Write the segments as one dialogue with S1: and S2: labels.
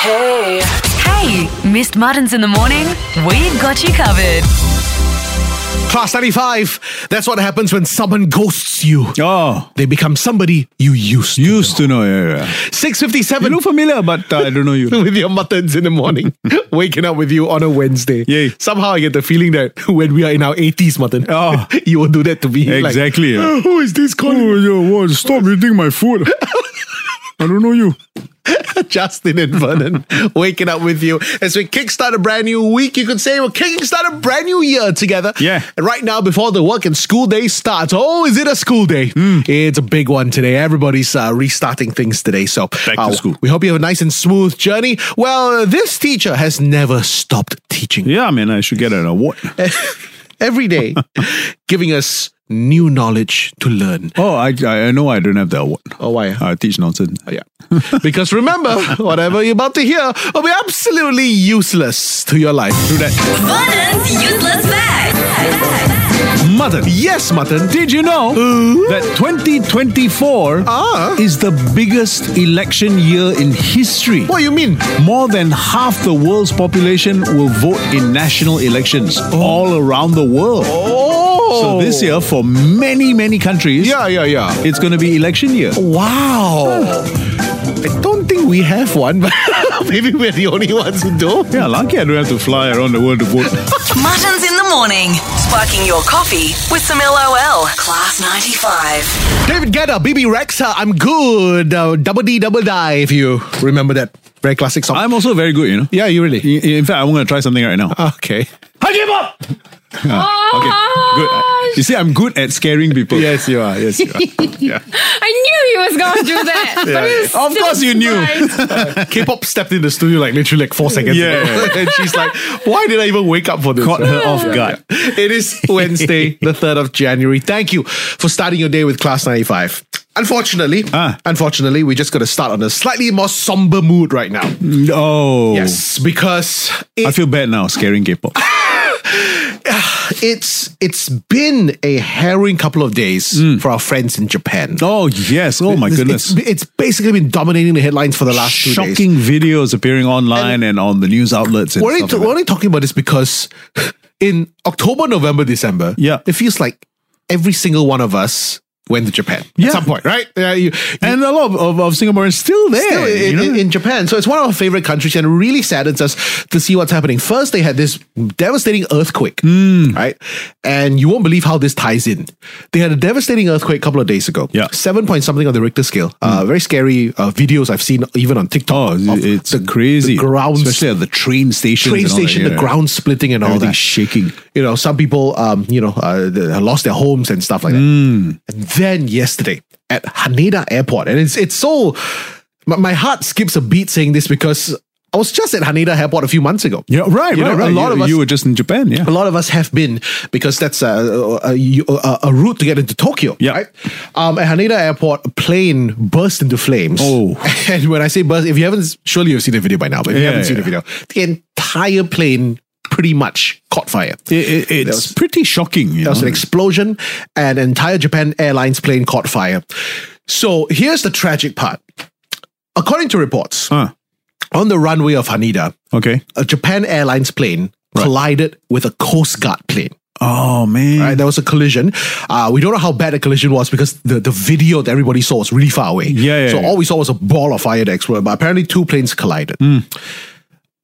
S1: Hey.
S2: Hey, missed Muttons in the morning? We've got you covered.
S3: Class 95. That's what happens when someone ghosts you.
S4: Oh,
S3: They become somebody you used to.
S4: used to know. Yeah, yeah. You
S3: 657
S4: look familiar, but uh, I don't know you.
S3: with your muttons in the morning. Waking up with you on a Wednesday.
S4: Yay.
S3: Somehow I get the feeling that when we are in our 80s, mutton,
S4: Oh.
S3: you will do that to me. Like,
S4: Exactly. Ah. yeah.
S3: Who is this calling?
S4: Oh, yo, what? Stop eating my food. I don't know you.
S3: Justin and Vernon waking up with you as we kickstart a brand new week. You could say we're kickstart a brand new year together.
S4: Yeah.
S3: And right now, before the work and school day starts, oh, is it a school day?
S4: Hmm.
S3: It's a big one today. Everybody's uh, restarting things today. So
S4: Back to
S3: uh,
S4: school.
S3: We hope you have a nice and smooth journey. Well, this teacher has never stopped teaching.
S4: Yeah, man, I should get an award.
S3: Every day, giving us new knowledge to learn.
S4: Oh, I, I I know I don't have the award.
S3: Oh, why? Oh,
S4: I teach nonsense.
S3: Yeah. because remember, whatever you're about to hear will be absolutely useless to your life.
S4: Do that.
S2: Muttons useless fact.
S4: Mother,
S3: Yes, Mutton.
S4: did you know that 2024
S3: Ah.
S4: is the biggest election year in history?
S3: What do you mean?
S4: More than half the world's population will vote in national elections all around the world.
S3: Oh.
S4: So this year, for many, many countries,
S3: Yeah, yeah, yeah.
S4: it's going to be election year.
S3: Wow. Hmm. I don't think we have one, but maybe we're the only ones who do.
S4: Yeah, lucky I don't have to fly around the world to vote.
S1: Muttons in the morning. Sparking your coffee with some LOL. Class 95.
S3: David Guetta, BB Rexa, I'm good. Uh, double D, double die, if you remember that. Very classic song.
S4: I'm also very good, you know.
S3: yeah, Ah. you really.
S4: In, in fact, I'm going to try something right now.
S3: Okay.
S4: I give up. okay, good. You see, I'm good at scaring people.
S3: Yes, you are. Yes, you are.
S5: I knew he was going to do that. but it was
S4: Of
S5: still
S4: course you knew.
S5: surprised.
S3: K-pop stepped in the studio like literally like four seconds
S4: Yeah.
S3: ago. and she's like, why did I even wake up for this?
S4: Caught her off guard.
S3: It is Wednesday, the 3rd of January. Thank you for starting your day with Class 95. Unfortunately,
S4: Ah.
S3: unfortunately, we just got to start on a slightly more somber mood right now.
S4: Oh,
S3: Yes, because
S4: I
S3: it,
S4: feel bad now scaring K-pop.
S3: it's it's been a harrowing couple of days for our friends in Japan.
S4: Oh yes. Mm. Oh my
S3: It's-
S4: goodness.
S3: It's, it's basically been dominating the headlines for the last two days.
S4: Shocking videos appearing online and, on the news outlets. And
S3: we're only,
S4: stuff like
S3: we're only talking about this because in October, November, December,
S4: Yeah.
S3: it feels like every single one of us went to Japan
S4: Yeah.
S3: at some point, right? Yeah, you,
S4: that. and a lot of, of, of Singaporeans still there.
S3: still in,
S4: you know?
S3: in, in Japan. So it's one of our favorite countries and it really saddens us to see what's happening. First, they had this devastating earthquake,
S4: Hmm.
S3: right? And you won't believe how this ties in. They had a devastating earthquake a couple of days ago.
S4: Yeah. Hmm.
S3: Seven point something on the Richter scale. Uh, very scary uh, videos I've seen even on TikTok.
S4: oh,
S3: of
S4: it's crazy.
S3: The ground
S4: especially at the train station.
S3: train station, the ground splitting and all
S4: Everything
S3: that.
S4: shaking.
S3: You know, some people, um, you know, uh, they lost their homes and stuff like that.
S4: Hmm.
S3: And then yesterday at Haneda Airport, and it's it's so my, my heart skips a beat saying this because I was just at Haneda Airport a few months ago.
S4: Yeah, right,
S3: You know,
S4: right, right.
S3: A lot
S4: you,
S3: of us
S4: you were just in Japan. Yeah.
S3: a lot of us have been because that's uh, a, a, a, a route to get into Tokyo.
S4: Yeah.
S3: Right? Um, at Haneda Airport, a plane burst into flames.
S4: Oh.
S3: And when I say burst, if you haven't, surely you've seen the video by now, but if you
S4: Yeah,
S3: haven't seen the video, the entire plane pretty much caught fire.
S4: It, it, it's
S3: was-
S4: pretty shocking. You
S3: There was
S4: know?
S3: an explosion, and an entire Japan Airlines plane caught fire. So here's the tragic part. According to reports,
S4: Huh.
S3: on the runway of Haneda,
S4: Ah, Okay.
S3: a Japan Airlines plane
S4: Right.
S3: collided with a Coast Guard plane.
S4: Oh man.
S3: right? There was a collision. Uh, we don't know how bad the collision was because the, the video that everybody saw was really far away.
S4: Yeah, yeah,
S3: so
S4: yeah.
S3: all we saw was a ball of fire that exploded, but apparently two planes collided.
S4: Mm.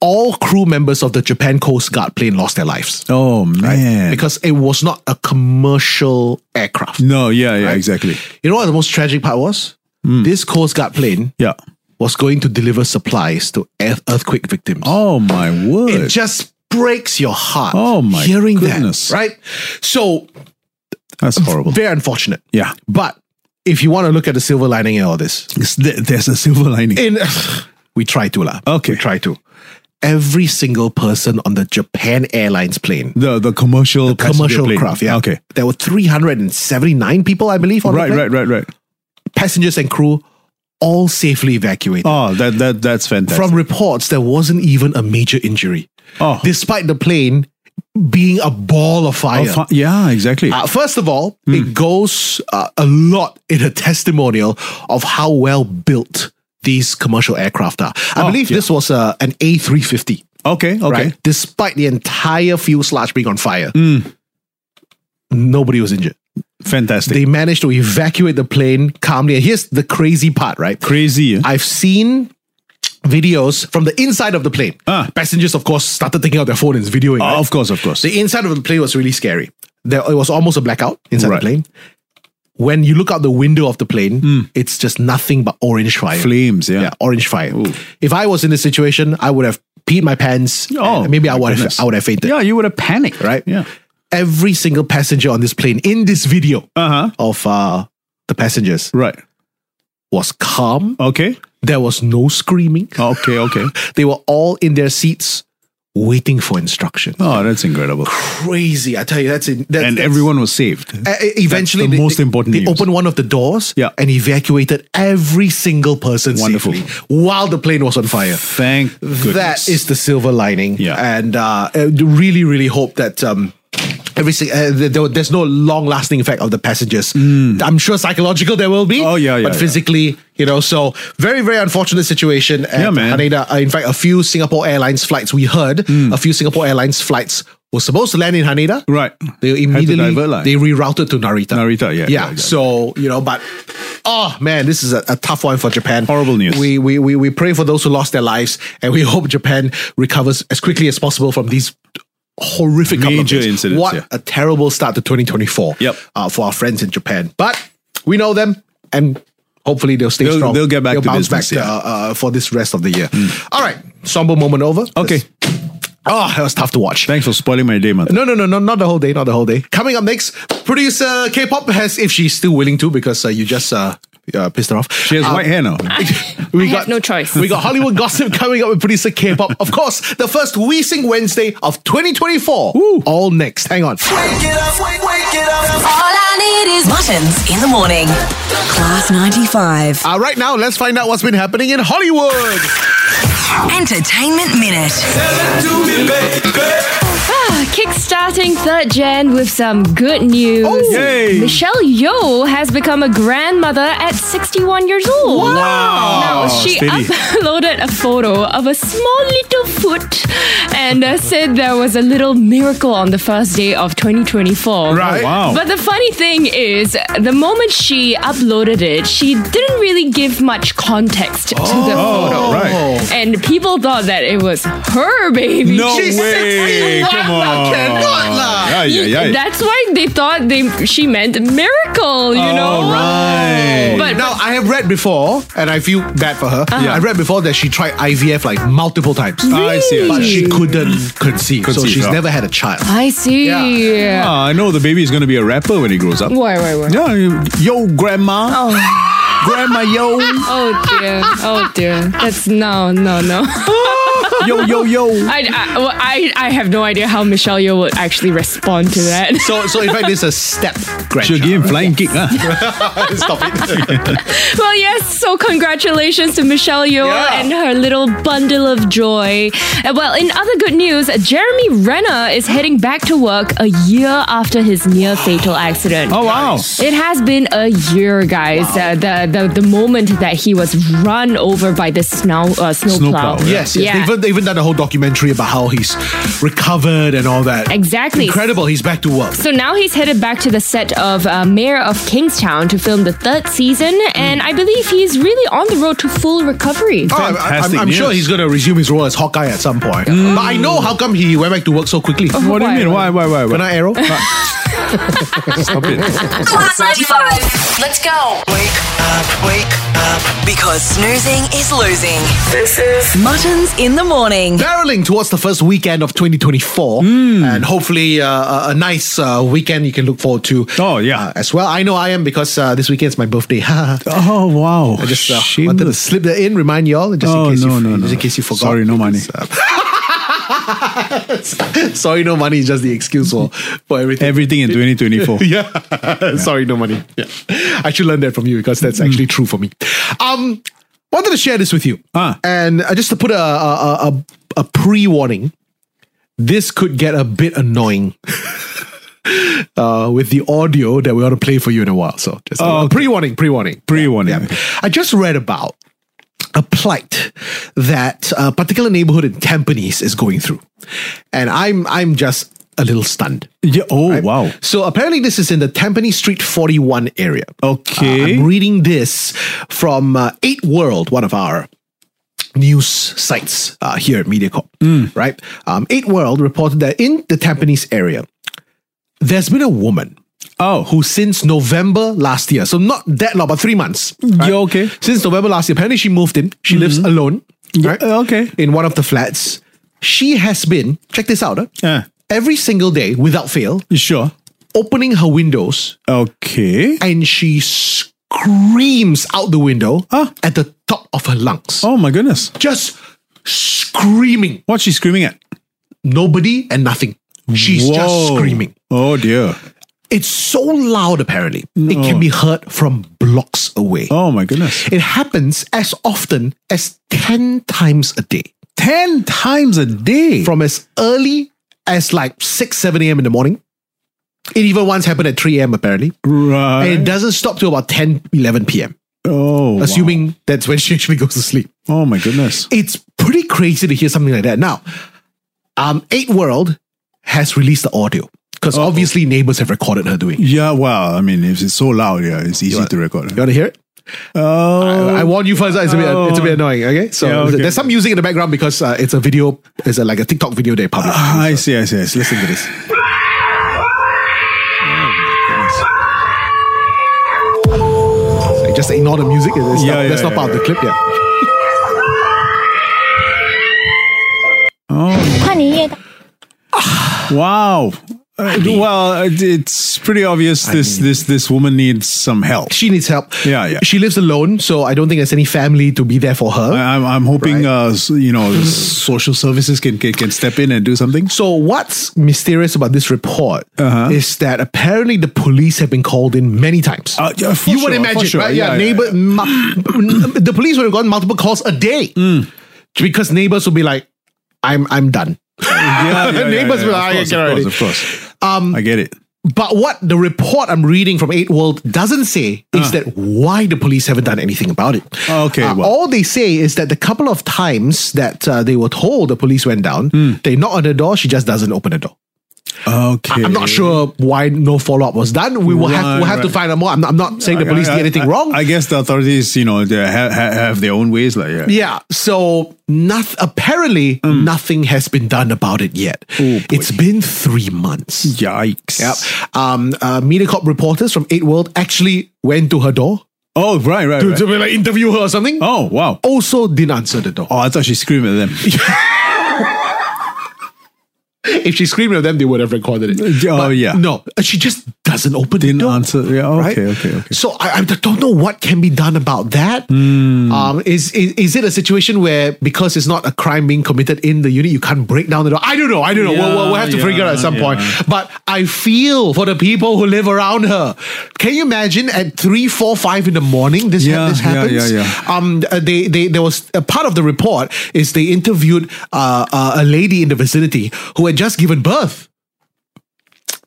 S3: All crew members of the Japan Coast Guard plane lost their lives.
S4: Oh man.
S3: Because it was not a commercial aircraft.
S4: no. Yeah. Yeah. Exactly.
S3: You know what the most tragic part was?
S4: Mm.
S3: This Coast Guard plane
S4: Yeah.
S3: was going to deliver supplies to earth- earthquake victims.
S4: Oh my word.
S3: It just breaks your heart.
S4: Oh my
S3: hearing
S4: goodness.
S3: that, right? So
S4: That's horrible.
S3: very unfortunate.
S4: Yeah.
S3: But if you want to look at the silver lining in all this,
S4: It's- there- There's a silver lining.
S3: in We try to lah.
S4: Okay.
S3: We try to. Every single person on the Japan Airlines plane,
S4: The the commercial passenger
S3: commercial
S4: plane.
S3: craft, yeah.
S4: Okay.
S3: There were 379 people, I believe, on the
S4: Right,
S3: plane.
S4: right, right, right.
S3: Passengers and crew all safely evacuated.
S4: Oh, that that that's fantastic.
S3: From reports, there wasn't even a major injury,
S4: oh,
S3: despite the plane being a ball of
S4: oh,
S3: fire.
S4: fi- yeah, Hmm. exactly.
S3: Uh, first of all, it goes uh, a lot in a testimonial of how well built these commercial aircraft are. I
S4: Oh,
S3: believe
S4: yeah.
S3: this was uh, an A350,
S4: okay, okay. Hmm.
S3: right? Despite the entire fuselage being on fire, nobody was injured.
S4: Fantastic.
S3: They managed to evacuate the plane calmly. And here's the crazy part, right?
S4: Crazy. eh?
S3: I've seen videos from the inside of the plane.
S4: Ah.
S3: Passengers, of course, started taking out their phone and videoing.
S4: Oh,
S3: right?
S4: of course, of course.
S3: The inside of the plane was really scary. There, it was almost a blackout inside
S4: Right. Hmm.
S3: the plane. When you look out the window of the plane, it's just nothing but orange fire.
S4: Flames, yeah.
S3: Yeah, orange fire. If I was in this situation, I would have peed my pants.
S4: Oh,
S3: and maybe I
S4: my
S3: would have,
S4: goodness.
S3: I would have fainted.
S4: Yeah, you would have panicked,
S3: Right?
S4: Yeah.
S3: Every single passenger on this plane in this video
S4: Uh huh.
S3: of uh, the passengers
S4: Right.
S3: was calm.
S4: Okay.
S3: There was no screaming.
S4: Oh, Okay. Okay.
S3: They were all in their seats waiting for instruction.
S4: Oh, that's incredible.
S3: Crazy, I tell you. That's in, that's,
S4: And
S3: that's-
S4: everyone was saved.
S3: Uh, eventually,
S4: That's the
S3: they-
S4: most
S3: they-
S4: important
S3: They
S4: news.
S3: opened one of the doors
S4: Yeah.
S3: and evacuated every single person
S4: Wonderful.
S3: safely while the plane was on fire.
S4: Thank goodness.
S3: That is the silver lining.
S4: Yeah.
S3: And uh, I really, really hope that. Um, Every sing- uh, there, there- there's no long lasting effect of the passengers. I'm sure psychological there will be.
S4: Hmm. Oh, yeah, yeah,
S3: But
S4: yeah.
S3: physically, you know, so very very unfortunate situation. At
S4: Yeah, man. Hmm.
S3: Haneda. Uh, in fact, a few Singapore Airlines flights we heard, a few Singapore Airlines flights were supposed to land in Haneda.
S4: right.
S3: They
S4: Had to
S3: immediately
S4: divert, lah.
S3: they rerouted to Narita.
S4: Narita, yeah,
S3: yeah.
S4: yeah,
S3: So you know, but oh man, this is a, a tough one for Japan.
S4: Horrible news.
S3: We, we we we pray for those who lost their lives, and we hope Japan recovers as quickly as possible from these horrific couple of
S4: Major
S3: days.
S4: incidents,
S3: What
S4: yeah.
S3: a terrible start to 2024.
S4: Yep.
S3: Uh, for our friends in Japan, but we know them and. Hopefully they'll stay
S4: They'll-
S3: strong.
S4: they'll get back
S3: They'll
S4: to
S3: bounce
S4: business,
S3: back
S4: yeah. Hmm.
S3: uh, uh, for this rest of the year. All right, somber moment over.
S4: Okay.
S3: Oh, that was tough to watch.
S4: Thanks for spoiling my day, man.
S3: No, no, no, no, not the whole day, not the whole day. Coming up next, producer K-pop has, if she's still willing to, because uh, you just uh, uh, pissed her off.
S4: She has white hair now.
S3: We
S5: I have no choice.
S3: We got Hollywood gossip coming up with producer K-pop. Of course, the first We Sing Wednesday of 2024. All next. Hang on. Uh,
S6: Wake it up, wake, wake it up.
S1: All I need is muttons in the morning. Class 95.
S3: Uh, right now, let's find out what's been happening in Hollywood.
S1: Entertainment Minute.
S5: Ah, Kickstarting 3rd Gen with some good news.
S4: Oh, Yay.
S5: Michelle Yeoh has become a grandmother at 61 years old.
S4: Wow.
S5: Now, she
S4: Steady.
S5: uploaded a photo of a small little foot and uh, said there was a little miracle on the first day of 2024.
S4: Right. Oh, Wow.
S5: But the funny thing is, the moment she uploaded it, she didn't really give much context to the photo.
S4: Oh, right.
S5: And people thought that it was her baby.
S4: No
S3: She's
S4: way.
S3: 61.
S4: Come
S3: Wow,
S4: on.
S3: cannot lah.
S4: Yeah, yeah, yeah.
S5: That's why they thought they she meant miracle, you know?
S4: All right.
S5: But, Uh-huh.
S3: Now, I have read before, and I feel bad for her.
S4: Yeah.
S3: I read before that she tried IVF like multiple times.
S4: I see. I
S3: But
S4: see.
S3: she couldn't conceive, so
S4: Conceive,
S3: she's
S4: yeah.
S3: never had a child.
S5: I see. Oh.
S4: Ah, I know the baby is going to be a rapper when he grows up.
S5: Why, why, why?
S4: Yeah, you- yo, grandma.
S3: Oh.
S4: Grandma, yo.
S5: Oh dear. Oh dear. That's no, no, no.
S4: Yo, yo, yo.
S5: I, I, well, I, I have no idea how Michelle Yeoh would actually respond to that.
S3: So, so in fact, this is a step
S4: She'll
S3: grandchild.
S4: give him flying kick. ah.
S3: Stop it.
S5: Well, yes. So, congratulations to Michelle Yeoh
S3: Yeah.
S5: and her little bundle of joy. Uh, Well, in other good news, Jeremy Renner is heading back to work a year after his near fatal accident.
S4: Oh, wow.
S5: It has been a year, guys. Uh, the, the the moment that he was run over by the snow uh,
S4: Snowplow,
S5: snowplow.
S4: yeah.
S3: Yes, yes. They've, even, they've even done a whole documentary about how he's recovered and all that.
S5: Exactly.
S3: Incredible. He's back to work.
S5: So now he's headed back to the set of uh, Mayor of Kingstown to film the third season, and I believe he's really on the road to full recovery.
S3: Oh, I- I, am
S4: Fantastic news.
S3: sure he's going to resume his role as Hawkeye at some point.
S5: Mm.
S3: But I know how come he went back to work so quickly.
S4: What do you mean? Why, why, why?
S3: Can
S4: why?
S3: I arrow?
S4: Stop it.
S1: Class 95. Let's go. Wake Wake up. Because snoozing is losing. This is Muttons in the Morning.
S3: barreling towards the first weekend of 2024
S5: Mm.
S3: and hopefully uh, a, a nice uh, weekend you can look forward to
S4: Oh, yeah.
S3: uh, as well i know i am because uh, this weekend's my birthday i
S4: Oh wow!
S3: just uh, wanted to slip that in remind you all just,
S4: Oh,
S3: in, case
S4: no,
S3: you,
S4: no, no.
S3: just in case you forgot uh,
S4: Sorry, no money.
S3: sorry no money is just the excuse for, for everything
S4: Everything in 2024.
S3: yeah. Sorry, no money. Yeah. I should learn that from you because that's actually
S4: Hmm.
S3: true for me. Um, wanted to share this with you,
S4: Ah.
S3: and uh, just to put a a, a, a pre warning, this could get a bit annoying. Uh, with the audio that we ought to play for you in a while. So, just a
S4: Oh, okay.
S3: pre warning, pre warning.
S4: Pre-warning.
S3: I just read about a plight that a particular neighborhood in Tampines is going through. And I'm I'm just a little stunned.
S4: Yeah, oh wow!
S3: So apparently, this is in the Tampines Street 41 area. Uh,
S4: Okay.
S3: I'm reading this from uh, 8 World, one of our news sites uh, here at MediaCorp.
S4: Mm.
S3: Right? Um, 8 World reported that in the Tampines area, there's been a woman
S4: oh,
S3: who, since November last year, so not that long, but three months.
S4: Yeah, okay. Mm-hmm.
S3: Since November last year, apparently she moved in. She lives alone. Right?
S4: uh, okay.
S3: In one of the flats. She has been, check this out, huh?
S4: Yeah.
S3: every single day without fail,
S4: You sure?
S3: opening her windows
S4: Okay.
S3: and she screams out the window
S4: Huh?
S3: at the top of her lungs.
S4: Oh my goodness!
S3: Just screaming.
S4: What's she screaming at?
S3: Nobody and nothing. She's just
S4: Whoa.
S3: screaming.
S4: Oh dear!
S3: It's so loud, apparently. It can be heard from blocks away.
S4: Oh my goodness!
S3: It happens as often as 10 times a day,
S4: Ten times a day.
S3: from as early as like 6, 7 a.m. in the morning. It even once happened at 3 a.m., apparently.
S4: right.
S3: And it doesn't stop till about 10, 11 p.m.,
S4: oh, wow.
S3: assuming that's when she actually goes to sleep.
S4: Oh my goodness!
S3: it's pretty crazy to hear something like that. Now, um, Eight World has released the audio because obviously neighbors have recorded her doing. it.
S4: Yeah. Well, I mean, if it's so loud, yeah, it's easy to record.
S3: You want to hear it?
S4: Oh,
S3: I, I warn you first. It's a bit, it's a bit annoying. Okay, so
S4: Yeah, okay.
S3: there's some music in the background because uh, it's a video. It's a, like a TikTok video they published.
S4: I see. I see. I see.
S3: Listen to this. Like, Just ignore the music. It's
S4: Yeah,
S3: not,
S4: yeah,
S3: that's not
S4: yeah,
S3: part of the clip. Yeah.
S4: Wow. Uh, well, it- it's pretty obvious this this this woman needs some help.
S3: She needs help.
S4: Yeah, yeah.
S3: She lives alone, so I don't think there's any family to be there for her.
S4: I- I'm, I'm hoping uh, s- you know s- social services can, can can step in and do something.
S3: So what's mysterious about this report
S4: Uh-huh.
S3: is that apparently the police have been called in many times.
S4: Uh, yeah, for
S3: you
S4: sure,
S3: would
S4: for
S3: imagine,
S4: sure.
S3: right? Yeah,
S4: Yeah, yeah,
S3: neighbor. mu- the police would have gotten multiple calls a day
S4: Mm.
S3: because neighbors would be like, "I'm I'm done."
S4: Yeah,
S3: Neighbors will, "Ah,
S4: of,
S3: yeah, get
S4: course,
S3: already." Um,
S4: of course. I get it.
S3: But what the report I'm reading from Eight World doesn't say is that why the police haven't done anything about it.
S4: Uh. Oh, Okay,
S3: Uh,
S4: well.
S3: all they say is that the couple of times that uh, they were told the police went down,
S4: Mm.
S3: they knock on the door, she just doesn't open the door.
S4: Okay,
S3: I'm not sure why no follow up was done. We will have
S4: Right,
S3: we'll have to
S4: right.
S3: find out more. I'm not, I'm not saying the police
S4: I-
S3: did anything
S4: I-
S3: wrong.
S4: I guess the authorities, you know, they ha- ha- have their own ways. Like, yeah.
S3: yeah, so noth- apparently
S4: Mm.
S3: nothing has been done about it yet.
S4: Oh,
S3: it's been three months.
S4: Yikes!
S3: Yep. Um, uh, Media Corp reporters from Eight World actually went to her door
S4: Oh, right, right.
S3: to,
S4: right.
S3: to like interview her or something.
S4: Oh, wow.
S3: Also, didn't answer the door.
S4: Oh, I thought she screamed at them.
S3: If she screamed at them, they would have recorded it.
S4: Oh, yeah.
S3: No, she just doesn't open
S4: Didn't
S3: the door.
S4: answer. Yeah.
S3: right?
S4: Oh, Okay. Okay. Okay.
S3: So I, I don't know what can be done about that.
S4: Hmm.
S3: Um, is, is is it a situation where because it's not a crime being committed in the unit, you can't break down the door? I don't know. I don't know. we'll, we'll, we'll have to
S4: Yeah,
S3: figure it out at some point.
S4: yeah.
S3: But I feel for the people who live around her. Can you imagine at three, four, five in the morning this, ha-
S4: Yeah,
S3: this
S4: yeah,
S3: happens?
S4: yeah, yeah.
S3: Um, uh, they, they, there was a part of the report is they interviewed uh, uh, a lady in the vicinity who had just given birth.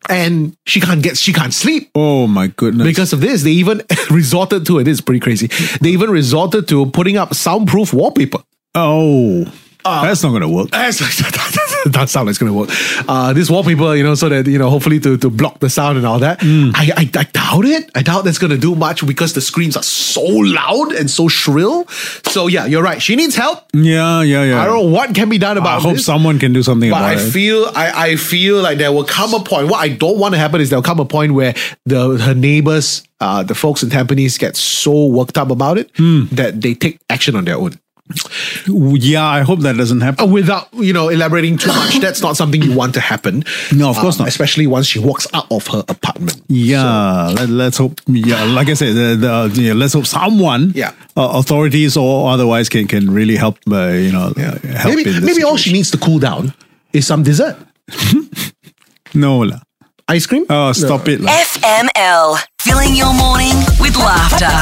S3: And she can't get, she can't sleep.
S4: Oh my goodness.
S3: Because of this, they even resorted to it. Is pretty crazy. They even resorted to putting up soundproof wallpaper.
S4: oh,
S3: Ah.
S4: that's not gonna work.
S3: That's- that doesn't sound like it's going to work. Uh, this wallpaper, you know, so that you know, hopefully to, to block the sound and all that.
S4: Mm.
S3: I, I I doubt it. I doubt that's going to do much because the screams are so loud and so shrill. So yeah, you're right. She needs help.
S4: Yeah. Yeah. Yeah.
S3: I don't know what can be done about.
S4: I hope
S3: this.
S4: someone can do something
S3: But
S4: about
S3: I
S4: it.
S3: feel I, I feel like there will come a point. What I don't want to happen is there'll come a point where the her neighbors uh, uh, the folks in Tampines get so worked up about it that they take action on their own.
S4: Yeah, I hope that doesn't happen.
S3: Uh, Without you know elaborating too much, that's not something you want to happen. Uh,
S4: No, of course not.
S3: Especially once she walks out of her apartment.
S4: Yeah, let, let's hope. Yeah, like I said, the, the, yeah, let's hope someone,
S3: Yeah.
S4: uh, authorities or otherwise, can can really help. Uh, you know, help
S3: maybe
S4: in this
S3: maybe all she
S4: situation.
S3: needs to cool down is some dessert,
S4: No, lah.
S3: ice cream.
S4: oh, stop it, lah.
S1: FML. Filling your morning with laughter.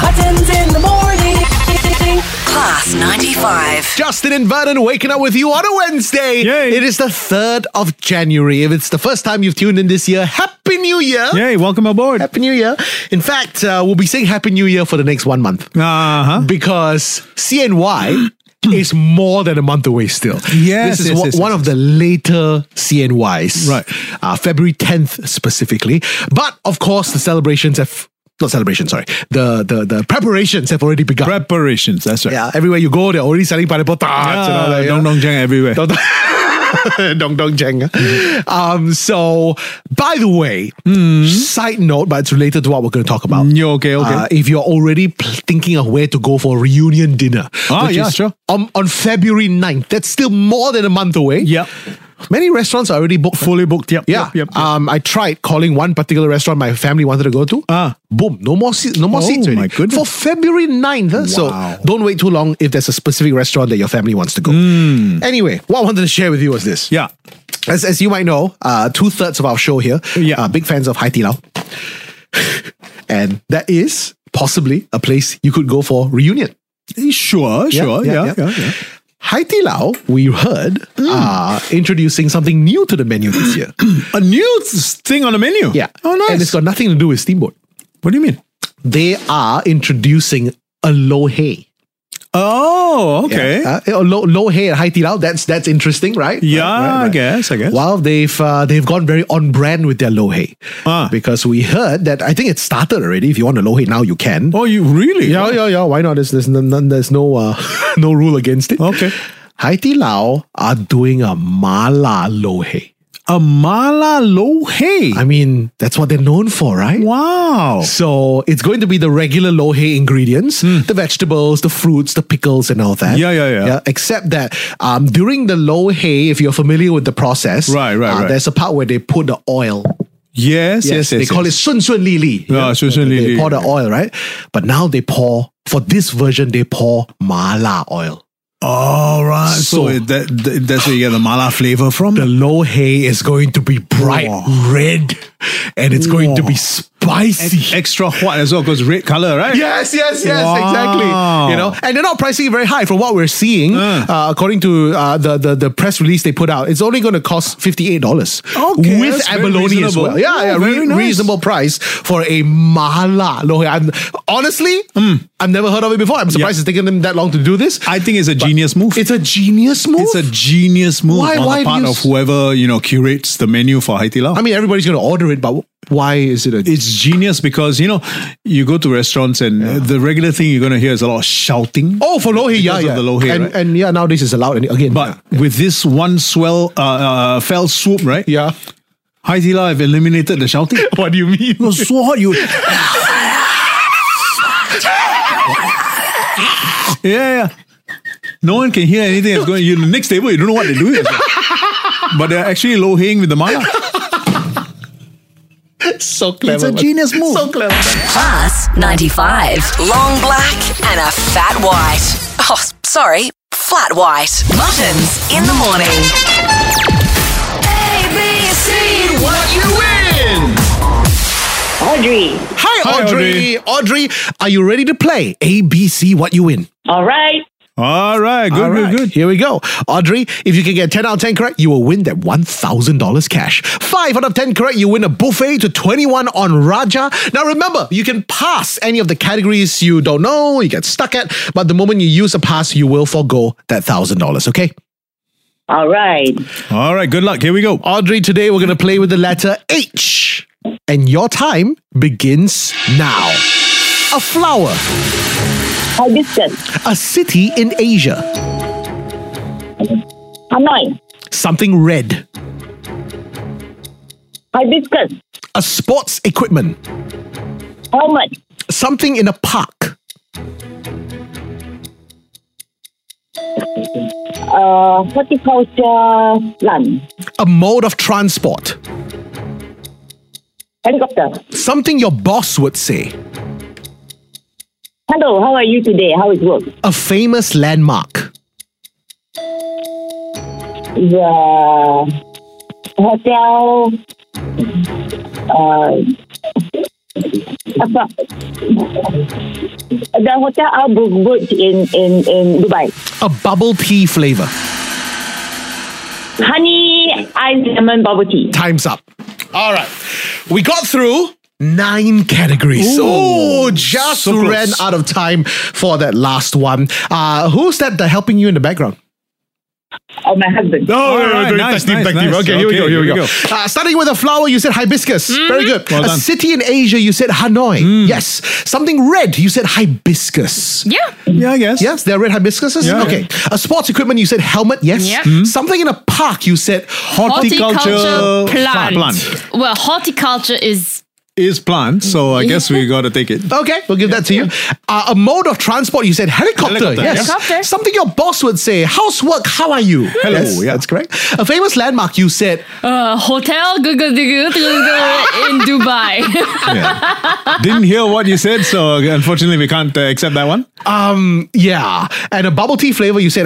S1: Class 95.
S3: Justin and Vernon waking up with you on a Wednesday.
S4: Yay.
S3: It is the 3rd of January. If it's the first time you've tuned in this year, Happy New Year!
S4: Yay! Welcome aboard. Uh
S3: Happy New Year. In fact, uh, we'll be saying Happy New Year for the next one month
S4: huh.
S3: because CNY is more than a month away still.
S4: Yes,
S3: This is
S4: yes,
S3: one,
S4: yes,
S3: one
S4: yes,
S3: of the later CNYs.
S4: Right.
S3: Uh, February 10th specifically. But of course, the celebrations have, not celebrations, sorry, the, the, the preparations have already begun.
S4: Preparations. That's right. Ah,
S3: yeah, everywhere you go, they're already selling pineapple tarts and all that. you know.
S4: Dong Dong Jang everywhere.
S3: Dong Dong, Dong, Dong Cheng. Um, so, by the way,
S4: Hmm.
S3: side note, but it's related to what we're going to talk about.
S4: Mm, yeah, okay, okay.
S3: Uh, if you're already pl- thinking of where to go for a reunion dinner,
S4: Ah,
S3: which
S4: yeah,
S3: is
S4: sure.
S3: On, on February 9th, that's still more than a month away.
S4: Yeah.
S3: Many restaurants are already booked.
S4: Fully booked. Yep.
S3: Yeah.
S4: Yep. yep, yep.
S3: Um, I tried calling one particular restaurant my family wanted to go to.
S4: Ah.
S3: Boom. No more seats. No more
S4: Oh,
S3: seats.
S4: my
S3: Already.
S4: goodness.
S3: For February 9th. huh?
S4: Wow.
S3: So don't wait too long if there's a specific restaurant that your family wants to go.
S4: Hmm.
S3: Anyway, what I wanted to share with you was this.
S4: yeah.
S3: As, as you might know, uh, two thirds of our show here
S4: Yeah.
S3: are big fans of Hai Di Lao. and that is possibly a place you could go for reunion.
S4: Sure. Sure. Yeah. Yeah. yeah,
S3: Hai Di Lao, we heard,
S4: Mm.
S3: are introducing something new to the menu this year.
S4: A new s- thing on the menu.
S3: yeah.
S4: Oh,
S3: And it's
S4: nice.
S3: got nothing to do with Steamboat.
S4: what do you mean?
S3: They are introducing alohe.
S4: Oh, okay.
S3: Yeah. Uh, lo- alohe at Hai Di Lao, that's, that's interesting, right?
S4: Yeah,
S3: Right, right,
S4: I
S3: right.
S4: guess. I guess.
S3: Well, they've uh, they've gone very on brand with their lohe
S4: Ah.
S3: because we heard that I think it started already. If you want a lohe now, you can.
S4: Oh, you really?
S3: Yeah, yeah, yeah. Why not? There's there's none, none- there's no uh, no rule against it.
S4: Okay.
S3: Hai Di Lao are doing a mala lohe.
S4: Amala Lohe.
S3: I mean, that's what they're known for, right?
S4: wow.
S3: So it's going to be the regular lohe ingredients, the vegetables, the fruits, the pickles, and all that.
S4: Hmm. Yeah, yeah, yeah.
S3: except that um, during the lohe, if you're familiar with the process, uh,
S4: Right, right, right.
S3: there's a part where they put the oil.
S4: Yes, yes, yes.
S3: they call it sun sun li li.
S4: Yeah, sun sun li li.
S3: They pour the oil, right? But now they pour for this version, they pour mala oil.
S4: All right. Ah, So,
S3: So-
S4: it- that, that- that's where you get the mala flavor from.
S3: The lohe is going to be bright
S4: Wow.
S3: red, and it's going to be spicy.
S4: Extra hot as well because red color, right?
S3: Yes, yes, yes,
S4: Wow.
S3: exactly. You know, and they're not pricing it very high from what we're seeing.
S4: Uh.
S3: Uh, according to uh, the, the the press release they put out, it's only going to cost fifty eight dollars
S4: Okay,
S3: with
S4: that's very
S3: abalone as well.
S4: reasonable.
S3: Yeah,
S4: Oh,
S3: yeah
S4: very
S3: re-
S4: nice.
S3: reasonable price for a mala. lohe. I'm, honestly, I've never heard of it before. I'm surprised it's taken them that long to do this.
S4: Mm. I think it's a genius move.
S3: it's a genius move.
S4: It's a genius move
S3: Why-
S4: on
S3: why
S4: the
S3: do
S4: part
S3: you
S4: of
S3: s-
S4: whoever you know curates the menu for Haiti Lao.
S3: I mean, everybody's going to order it, but why is it a?
S4: it's genius because you know you go to restaurants and uh, the regular thing you're going to hear is a lot of shouting.
S3: oh, for lohe, yeah,
S4: Because of
S3: yeah,
S4: the lohe,
S3: and,
S4: right?
S3: and yeah, nowadays it's allowed. And again,
S4: But with this one swell, uh, uh, fell swoop, right?
S3: yeah.
S4: Haiti Lao have eliminated the shouting. It
S3: What do you mean?
S4: was so hot, you. yeah, yeah. No one can hear anything that's going. You the next table, you don't know what they're doing. as well. But they're actually low hanging with the mala.
S3: so clever.
S4: a
S3: man.
S4: genius move.
S3: So clever.
S1: Class 95. Long black and a fat white. Oh, s- sorry, flat white. Muttons in the morning. A, B, C, what you win?
S7: Audrey.
S3: Hi,
S4: Hi,
S3: Audrey. Audrey, are you ready to play ABC What You Win?
S7: All right.
S4: All right, good,
S3: All right,
S4: good, good.
S3: Here we go. Audrey, if you can get 10 out of 10 correct, you will win that $1,000 cash. 5 out of 10 correct, you win a buffet to 21 on Raja. Now remember, you can pass any of the categories you don't know, you get stuck at, but the moment you use a pass, you will forego that $1,000, okay?
S7: All right.
S4: All right, good luck. Here we go.
S3: Audrey, today we're going to play with the letter H. And your time begins now. A flower,
S7: Hibiscus.
S3: a city in Asia.
S7: Hanoi.
S3: something red,
S7: Hibiscus.
S3: a sports equipment,
S7: Helmet.
S3: something in a park.
S7: Uh, horticulture land.
S3: A mode of transport.
S7: Helicopter.
S3: Something your boss would say.
S7: Hello, how are you today? How is work?
S3: A famous landmark.
S7: The hotel. Uh, apa? The hotel Al Burj in in in Dubai.
S3: A bubble tea flavor.
S7: Honey ice lemon bubble tea.
S3: Time's up. All right. We got through nine categories. oh, just
S4: so close.
S3: ran out of time for that last one. Uh, who's that uh, helping you in the background?
S7: Oh, my husband.
S3: No,
S4: no, no, very effective, effective.
S3: Okay, here we go. Here we go. Uh, starting with a flower, you said hibiscus.
S5: Mm-hmm.
S3: Very good.
S4: Well
S3: a
S4: done. Mm.
S3: city in Asia, you said Hanoi. Yes. Something red, you said hibiscus.
S5: Yeah.
S4: Yeah, I guess.
S3: Yes, they're red hibiscuses.
S4: Yeah. Mm-hmm.
S3: okay. A sports equipment, you said helmet. Yes.
S5: Yeah. Mm.
S3: Something in a park, you said
S4: Horticulture
S5: plant.
S4: plant.
S5: Well, horticulture is
S4: Is plant, so I guess we gotta take it.
S3: Okay, we'll give that to you. Uh, a mode of transport, you said helicopter.
S4: Helicopter,
S3: yes.
S5: yeah. Helicopter.
S3: Something your boss would say. Housework, how are you?
S4: Hello,
S3: Yes,
S4: yeah.
S3: That's correct. A famous landmark, you said
S5: uh, hotel gu- gu- gu- gu- gu- in Dubai.
S4: Didn't hear what you said, so unfortunately we can't uh, accept that one.
S3: Um, yeah. And a bubble tea flavor, you said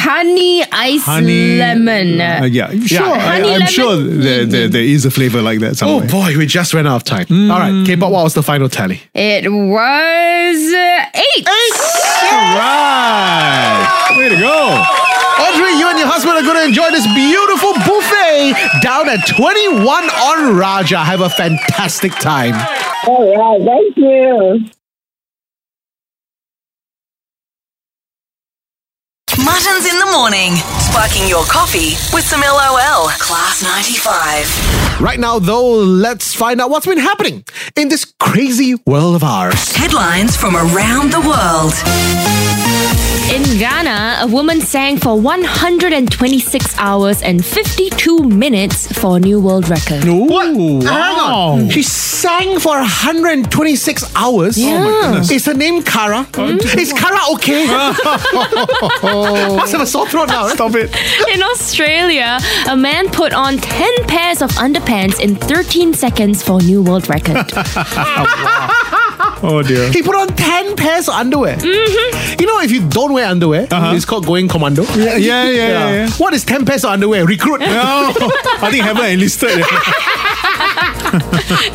S5: Honey ice
S4: Honey
S5: lemon.
S4: Uh, yeah, sure. I,
S5: Honey
S4: I'm
S5: lemon.
S4: sure there, there, there is a flavor like that
S3: Oh
S4: somewhere. Mm.
S3: boy, we just ran out of time. All right, K-pop. What was the final tally?
S5: It was uh, eight.
S4: Right. Way to go.
S3: Audrey, you and your husband are going to enjoy this beautiful buffet down at 21 on Raja. Have a fantastic time.
S7: All right, thank you.
S1: Muttons in the morning. Sparking your coffee with some LOL. Class 95.
S3: Right now, though, let's find out what's been happening in this crazy world of ours.
S1: Headlines from around the world.
S5: In Ghana, a woman sang for 126 hours and 52 minutes for a new world record.
S4: Ooh, wow.
S3: Hang on. She sang for 126 hours.
S4: Oh,
S5: Yeah. goodness.
S3: Is her name Kara?
S4: Mm.
S3: Is Kara okay? Must have a sore throat now. right?
S4: Stop it.
S5: In Australia, a man put on 10 pairs of underpants in 13 seconds for a new world record.
S4: Oh dear.
S3: He put on 10 pairs of underwear. You know, if you don't wear underwear,
S4: Mm-hmm. Uh-huh.
S3: it's called going commando.
S4: Yeah, yeah, yeah. yeah. yeah.
S3: What is 10 pairs of underwear? Recruit.
S4: No, I think I haven't enlisted.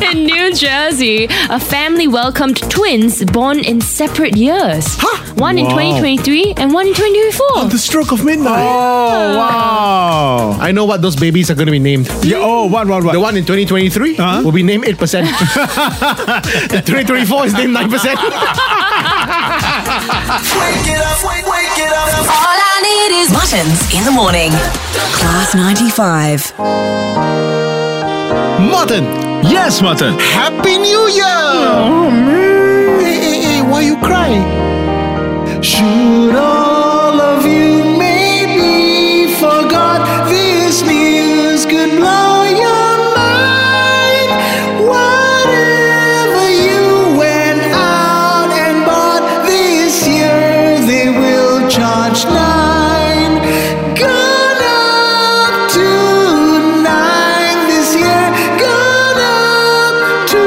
S5: in New Jersey, a family welcomed twins born in separate years.
S3: Huh?
S5: One in
S4: Wow.
S5: 2023 and one in 2024.
S4: stroke of midnight. Oh wow.
S3: I know what those babies are going to be named.
S4: Yeah. Oh, what, what, what?
S3: The one in 2023
S4: Uh-huh.
S3: will be named 8%. the 2024 is named 9%.
S6: Wake it up, wake, wake it up.
S1: All I need is Muttons in the morning. Class 95.
S3: Martin,
S4: Yes, Martin.
S3: Happy New Year! Oh, man. Hey, hey, hey, why you cry? Should all of you maybe forgot this news could blow your mind? Whatever you went out and bought this year, they will charge nine. Gone up to nine this year. Gone up to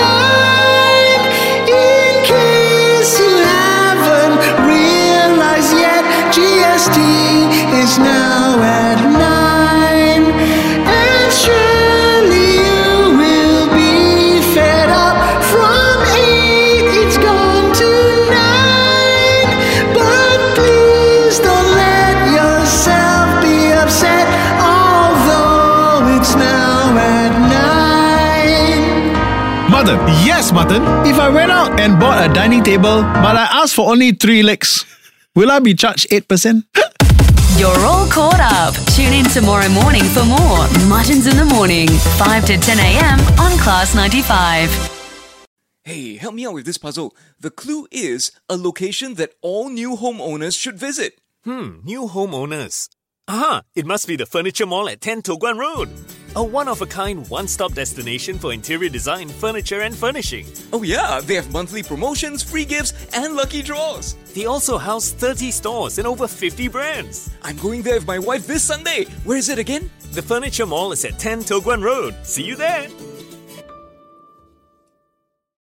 S3: nine. In case you haven't realized yet, GST is now at nine. And surely you will be fed up from eight, it's gone to nine. But please don't let yourself be upset, although it's now at nine.
S4: Martin.
S3: Yes, Martin.
S4: If I went out and bought a dining table, but I asked for only three legs, will I be charged 8%?
S1: You're all caught up. Tune in tomorrow morning for more Muttons in the morning. 5 to 10 a.m. on Class 95.
S8: Hey, help me out with this puzzle. The clue is a location that all new homeowners should visit.
S9: Hmm, new homeowners. Ah, it must be the furniture mall at 10 Toh Guan Road. a one of a kind one stop destination for interior design, furniture, and furnishing.
S7: Oh, yeah, they have monthly promotions, free gifts, and lucky draws.
S9: They also house 30 stores and over 50 brands.
S7: I'm going there with my wife this Sunday. Where is it again?
S9: The Furniture Mall is at 10 Toguan Road. See you there!